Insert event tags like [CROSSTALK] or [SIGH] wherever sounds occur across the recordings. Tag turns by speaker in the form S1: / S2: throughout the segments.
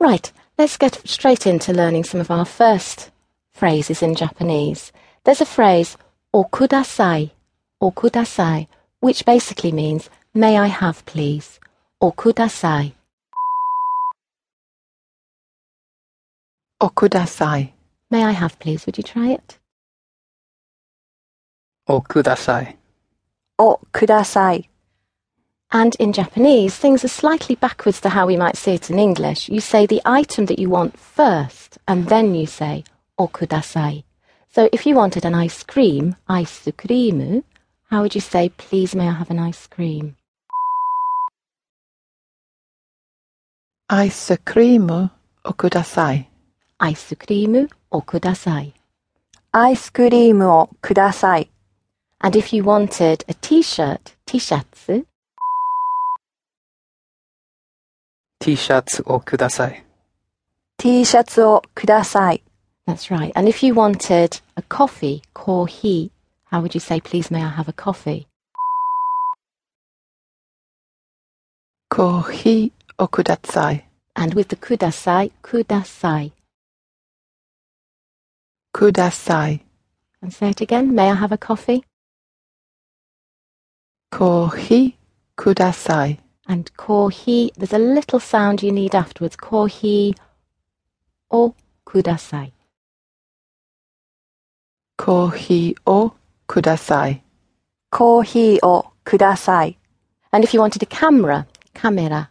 S1: Right, let's get straight into learning some of our first phrases in Japanese. There's a phrase, okudasai, okudasai, which basically means, may I have please, okudasai.
S2: Okudasai.
S1: May I have please, would you try it?
S2: Okudasai.
S3: O kudasai.
S1: And in Japanese, things are slightly backwards to how we might see it in English. You say the item that you want first, and then you say okudasai. So if you wanted an ice cream, ice cream, how would you say, please may I have an ice cream?
S2: Ice cream okudasai.
S1: Ice cream okudasai.
S3: Ice cream をください。
S1: And if you wanted a t-shirt, t-shirts,
S2: T シャツをください。
S3: T シャツをください。
S1: that's right. And if you wanted a coffee, kohi, how would you say, please may I have a coffee?
S2: コーヒーをください。
S1: And with the kudasai, kudasai.
S2: ください。
S1: And say it again, may I have a coffee?
S2: コーヒーください。
S1: And kohi, there's a little sound you need afterwards. Kohi o kudasai.
S2: コーヒーをください。
S3: コーヒーをください。
S1: And if you wanted a camera, camera,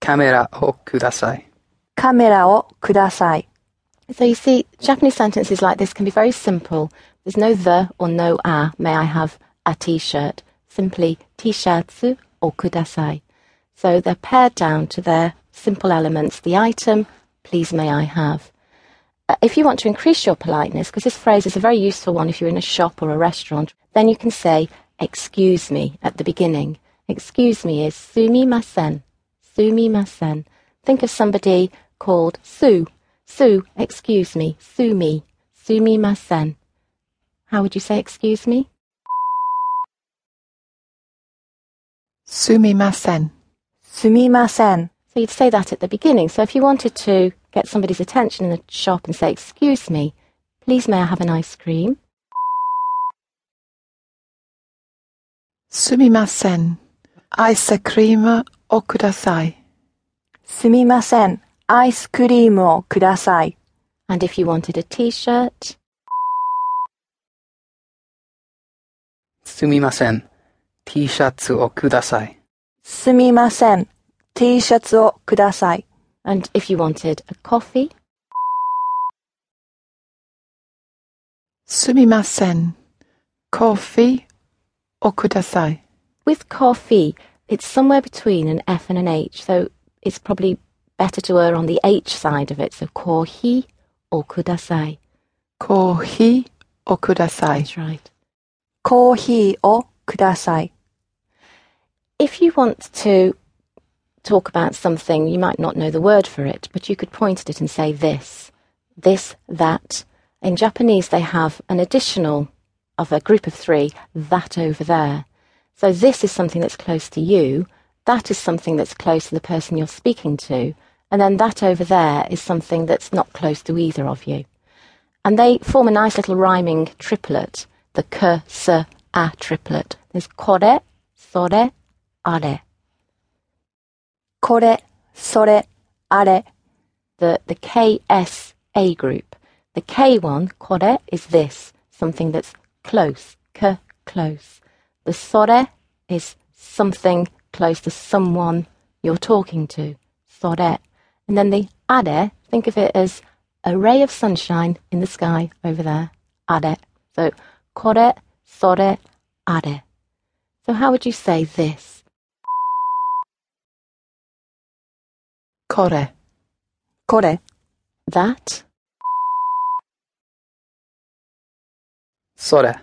S2: カメラをください。
S3: カメラをください。
S1: So you see, Japanese sentences like this can be very simple. There's no the or no a. May I have a t-shirt? Simply t-shirts or kudasai. So they're pared down to their simple elements. The item, please may I have. Uh, If you want to increase your politeness, because this phrase is a very useful one if you're in a shop or a restaurant, then you can say, excuse me at the beginning. Excuse me is sumimasen. Sumimasen. Think of somebody called Sue. Sue, excuse me. Sue me. Sumimasen. How would you say excuse me?
S2: すみません。
S3: すみません。
S1: So you'd say that at the beginning. So if you wanted to get somebody's attention in a shop and say, excuse me, please may I have an ice cream?
S2: すみません。アイスクリームをください。
S3: すみません。アイスクリームをください。
S1: And if you wanted a t-shirt,
S4: すみません。T シャツをください。
S3: すみません。T シャツをください。
S1: and if you wanted a coffee,
S2: すみません。コーヒーをください。
S1: with coffee, it's somewhere between an F and an H, so it's probably better to err on the H side of it. So kohi or kudasai.
S2: コーヒーをください。
S1: That's right.
S3: コーヒーをください。
S1: If you want to talk about something, you might not know the word for it, but you could point at it and say this, this, that. In Japanese, they have an additional of a group of three, that over there. So this is something that's close to you, that is something that's close to the person you're speaking to, and then that over there is something that's not close to either of you. And they form a nice little rhyming triplet, the k, s, a triplet. There's kore, sore, are.
S3: これ、それ、あれ。
S1: the, the KSA group. The K one, kore, is this, something that's close, k, close. The sore is something close to someone you're talking to, sore. And then the are, think of it as a ray of sunshine in the sky over there, are. So kore, sore, are. So how would you say this?
S2: これ、
S3: これ、
S1: That?
S4: それ、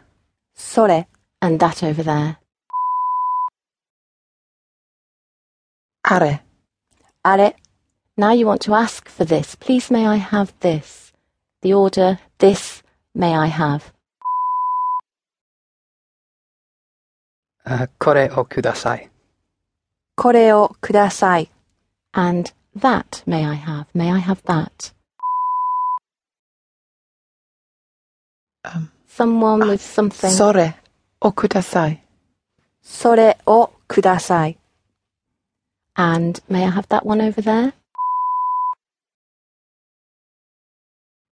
S3: それ、
S1: And that over there?
S2: あれ、
S3: あれ、
S1: Now you want to ask for this. Please may I have this? The order, this may I have.
S4: あこれをください。
S3: これをください。
S1: and that may I have, may I have that.
S2: Um,
S1: Someone with something.
S2: それをください。
S3: それをください。
S1: and may I have that one over there?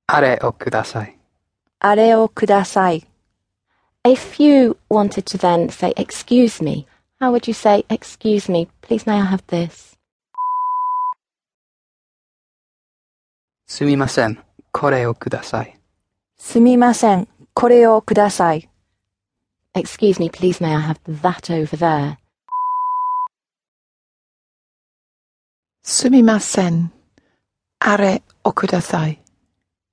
S4: あれをください。
S3: あれをください。
S1: If you wanted to then say, excuse me, how would you say, excuse me, please may I have this?
S4: すみません。これをください。
S3: すみません。これをください。
S1: Excuse me, please may I have that over there?
S2: すみません。あれをください。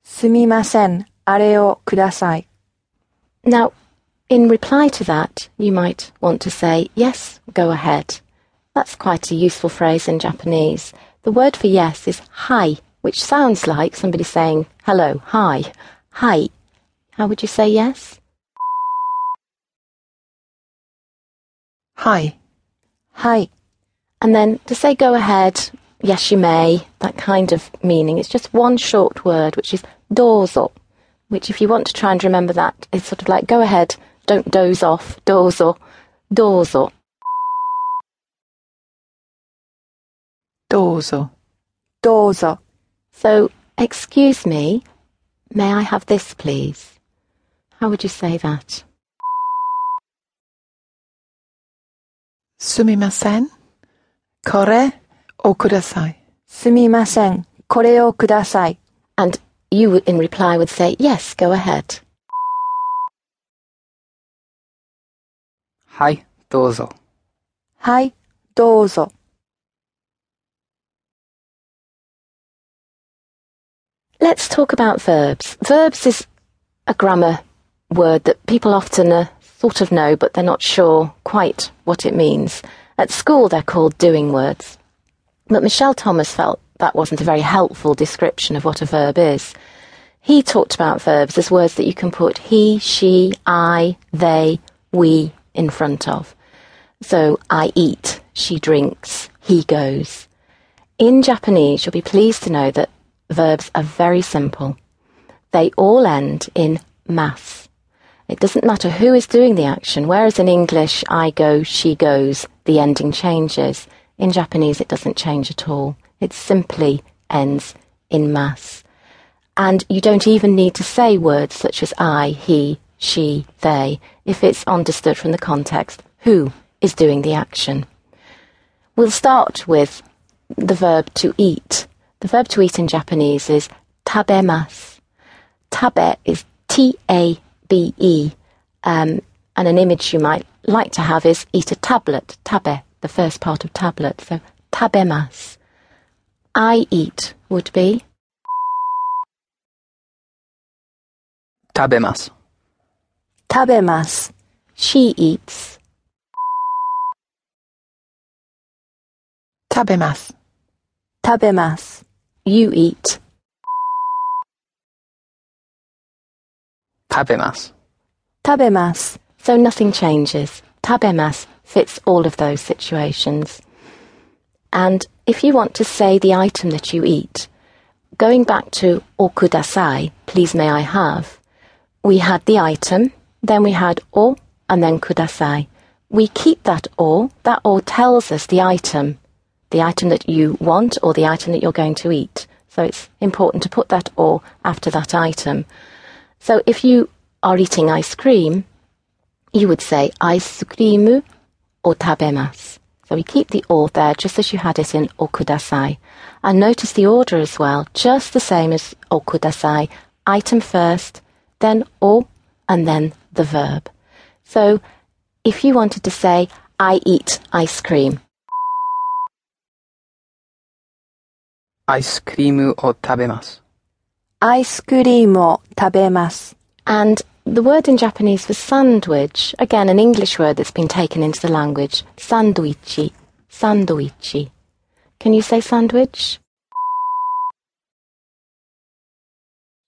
S3: すみません。あれをください。
S1: Now, in reply to that, you might want to say, yes, go ahead. That's quite a useful phrase in Japanese. The word for yes is hi, which sounds like somebody saying hello, hi, hi. How would you say yes?
S2: はい。
S3: はい。
S1: And then to say go ahead, yes you may, that kind of meaning. It's just one short word, which is dozo, which if you want to try and remember that, it's sort of like go ahead, don't doze off, dozo, dozo.
S2: どうぞ。
S3: どうぞ。
S1: So, excuse me, may I have this please? How would you say that?
S2: すみません。これをください。
S3: すみません。これをください。
S1: And you would- in reply would say, yes, go ahead.
S4: はい、どうぞ。
S3: はい。どうぞ。
S1: Let's talk about verbs. Verbs is a grammar word that people often uh, sort of know, but they're not sure quite what it means. At school, they're called doing words. But Michelle Thomas felt that wasn't a very helpful description of what a verb is. He talked about verbs as words that you can put he, she, I, they, we in front of. So I eat, she drinks, he goes. In Japanese, you'll be pleased to know that verbs are very simple. They all end in mas. It doesn't matter who is doing the action, whereas in English, I go, she goes, the ending changes. In Japanese, it doesn't change at all. It simply ends in mas. And you don't even need to say words such as I, he, she, they, if it's understood from the context who is doing the action. We'll start with the verb to eat. The verb to eat in Japanese is tabemas. Tabe is T A B E. Um, and an image you might like to have is eat a tablet, tabe, the first part of tablet. So tabemas. I eat would be
S4: 食べます。
S3: 食べます。
S1: she eats.
S2: 食べます。
S3: 食べます。
S1: You eat.
S4: 食べます。
S3: 食べます。
S1: So nothing changes. Tabemas fits all of those situations. And if you want to say the item that you eat, going back to okudasai, please may I have, we had the item, then we had o, and then kudasai. We keep that o, that o tells us the item, the item that you want or the item that you're going to eat. So it's important to put that o after that item. So if you are eating ice cream, you would say ice cream or tabemas. So we keep the or there just as you had it in okudasai. And notice the order as well, just the same as okudasai. Item first, then o, and then the verb. So if you wanted to say, I eat ice cream,
S4: アイスクリームを食べます。
S3: アイスクリームを食べます。
S1: And the word in Japanese for sandwich, again, an English word that's been taken into the language, sanduichi. Sanduichi. Can you say sandwich?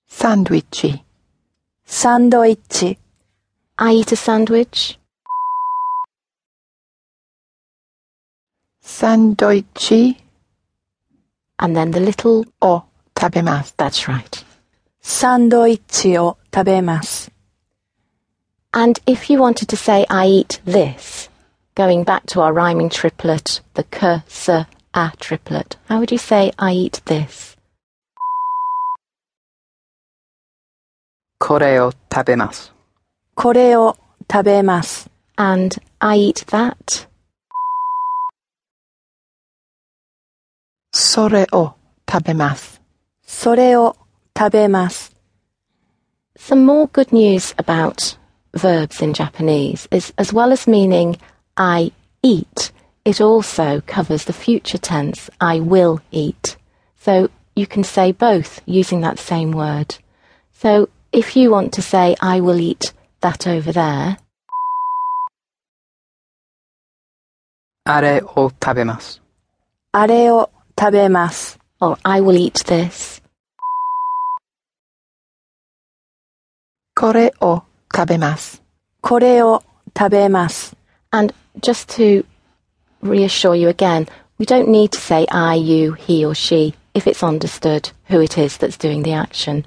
S2: サンドイッチ。
S3: サンドイッチ。
S1: I eat a sandwich.
S2: Sandwichi
S1: and then the little,
S2: o tabemasu.
S1: that's right.
S3: サンドイッチを食べます。
S1: And if you wanted to say, I eat this, going back to our rhyming triplet, the k, s, a triplet, how would you say, I eat this?
S4: これを食べます。
S3: これを食べます。
S1: And I eat that,
S2: それを食べます。
S3: それを食べます。
S1: Some more good news about verbs in Japanese is as well as meaning I eat, it also covers the future tense I will eat. So you can say both using that same word. So if you want to say I will eat that over there,
S4: あれを食べます。
S3: あれを食べます。
S1: or I will eat this,
S2: これを食べます。
S3: これを食べます。
S1: and just to reassure you again, we don't need to say I, you, he or she if it's understood who it is that's doing the action.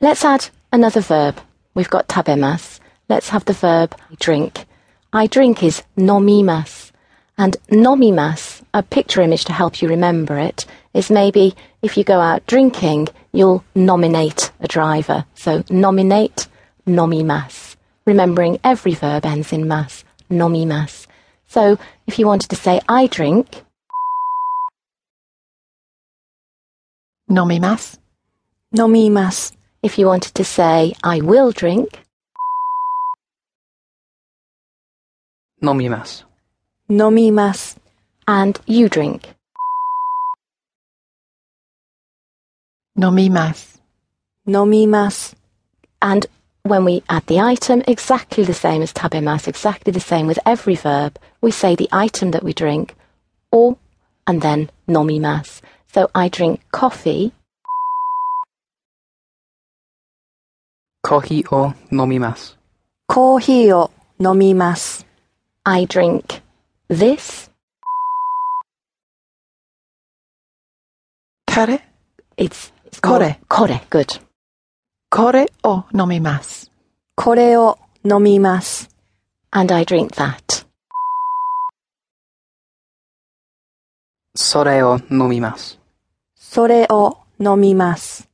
S1: Let's add another verb. We've got tabemas. Let's have the verb drink. I drink is nomimas. And nomimas, a picture image to help you remember it, is maybe if you go out drinking, you'll nominate a driver. So nominate, nomimas. Remembering every verb ends in mas, nomimas. So if you wanted to say I drink,
S2: 飲みます。
S3: 飲みます。
S1: if you wanted to say I will drink,
S4: 飲みます。
S3: 飲みます。
S1: and you drink.
S2: 飲みます。
S3: 飲みます。
S1: And when we add the item, exactly the same as tabemas, exactly the same with every verb, we say the item that we drink, or, and then nomimas. So I drink coffee,
S4: コーヒーを飲みます。
S3: コーヒーを飲みます。
S1: I drink this,
S2: タレ、
S1: it's, it's more-
S2: Kore.
S1: Kore, good.
S2: これを飲みます。
S3: これを飲みます。
S1: And I drink that.
S4: それを飲みます。
S3: それを飲みます。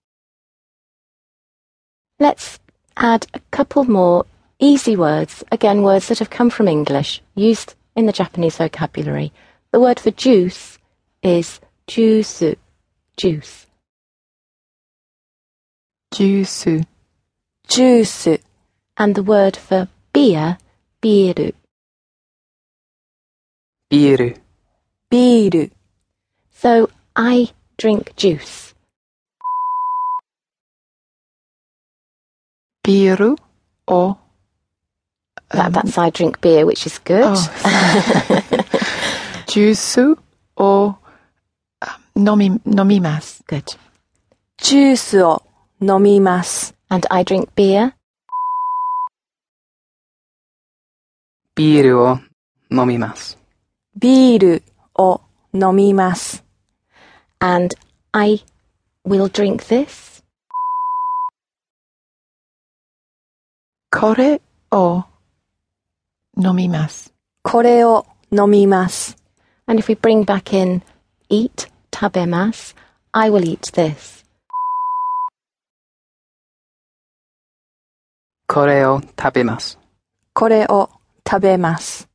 S1: Let's add a couple more easy words, again, words that have come from English, used in the Japanese vocabulary. The word for juice is juice, juice.
S2: ジュース、
S3: ジュース。
S1: and the word for beer, bieru.
S4: ビール、
S3: ビール。
S1: So I drink juice,
S2: ビールを、
S1: that, that's I drink beer, which is good. [LAUGHS]
S2: ジュースをあ飲み、飲みます。
S1: Good.
S3: ジュースを飲みます。
S1: And I drink beer,
S4: ビールを飲みます。
S3: ビールを飲みます。
S1: and I will drink this,
S2: これを飲みます。
S3: これを飲みます。
S1: and if we bring back in eat, tabemas, I will eat this,
S4: これを食べます。
S3: これを食べます。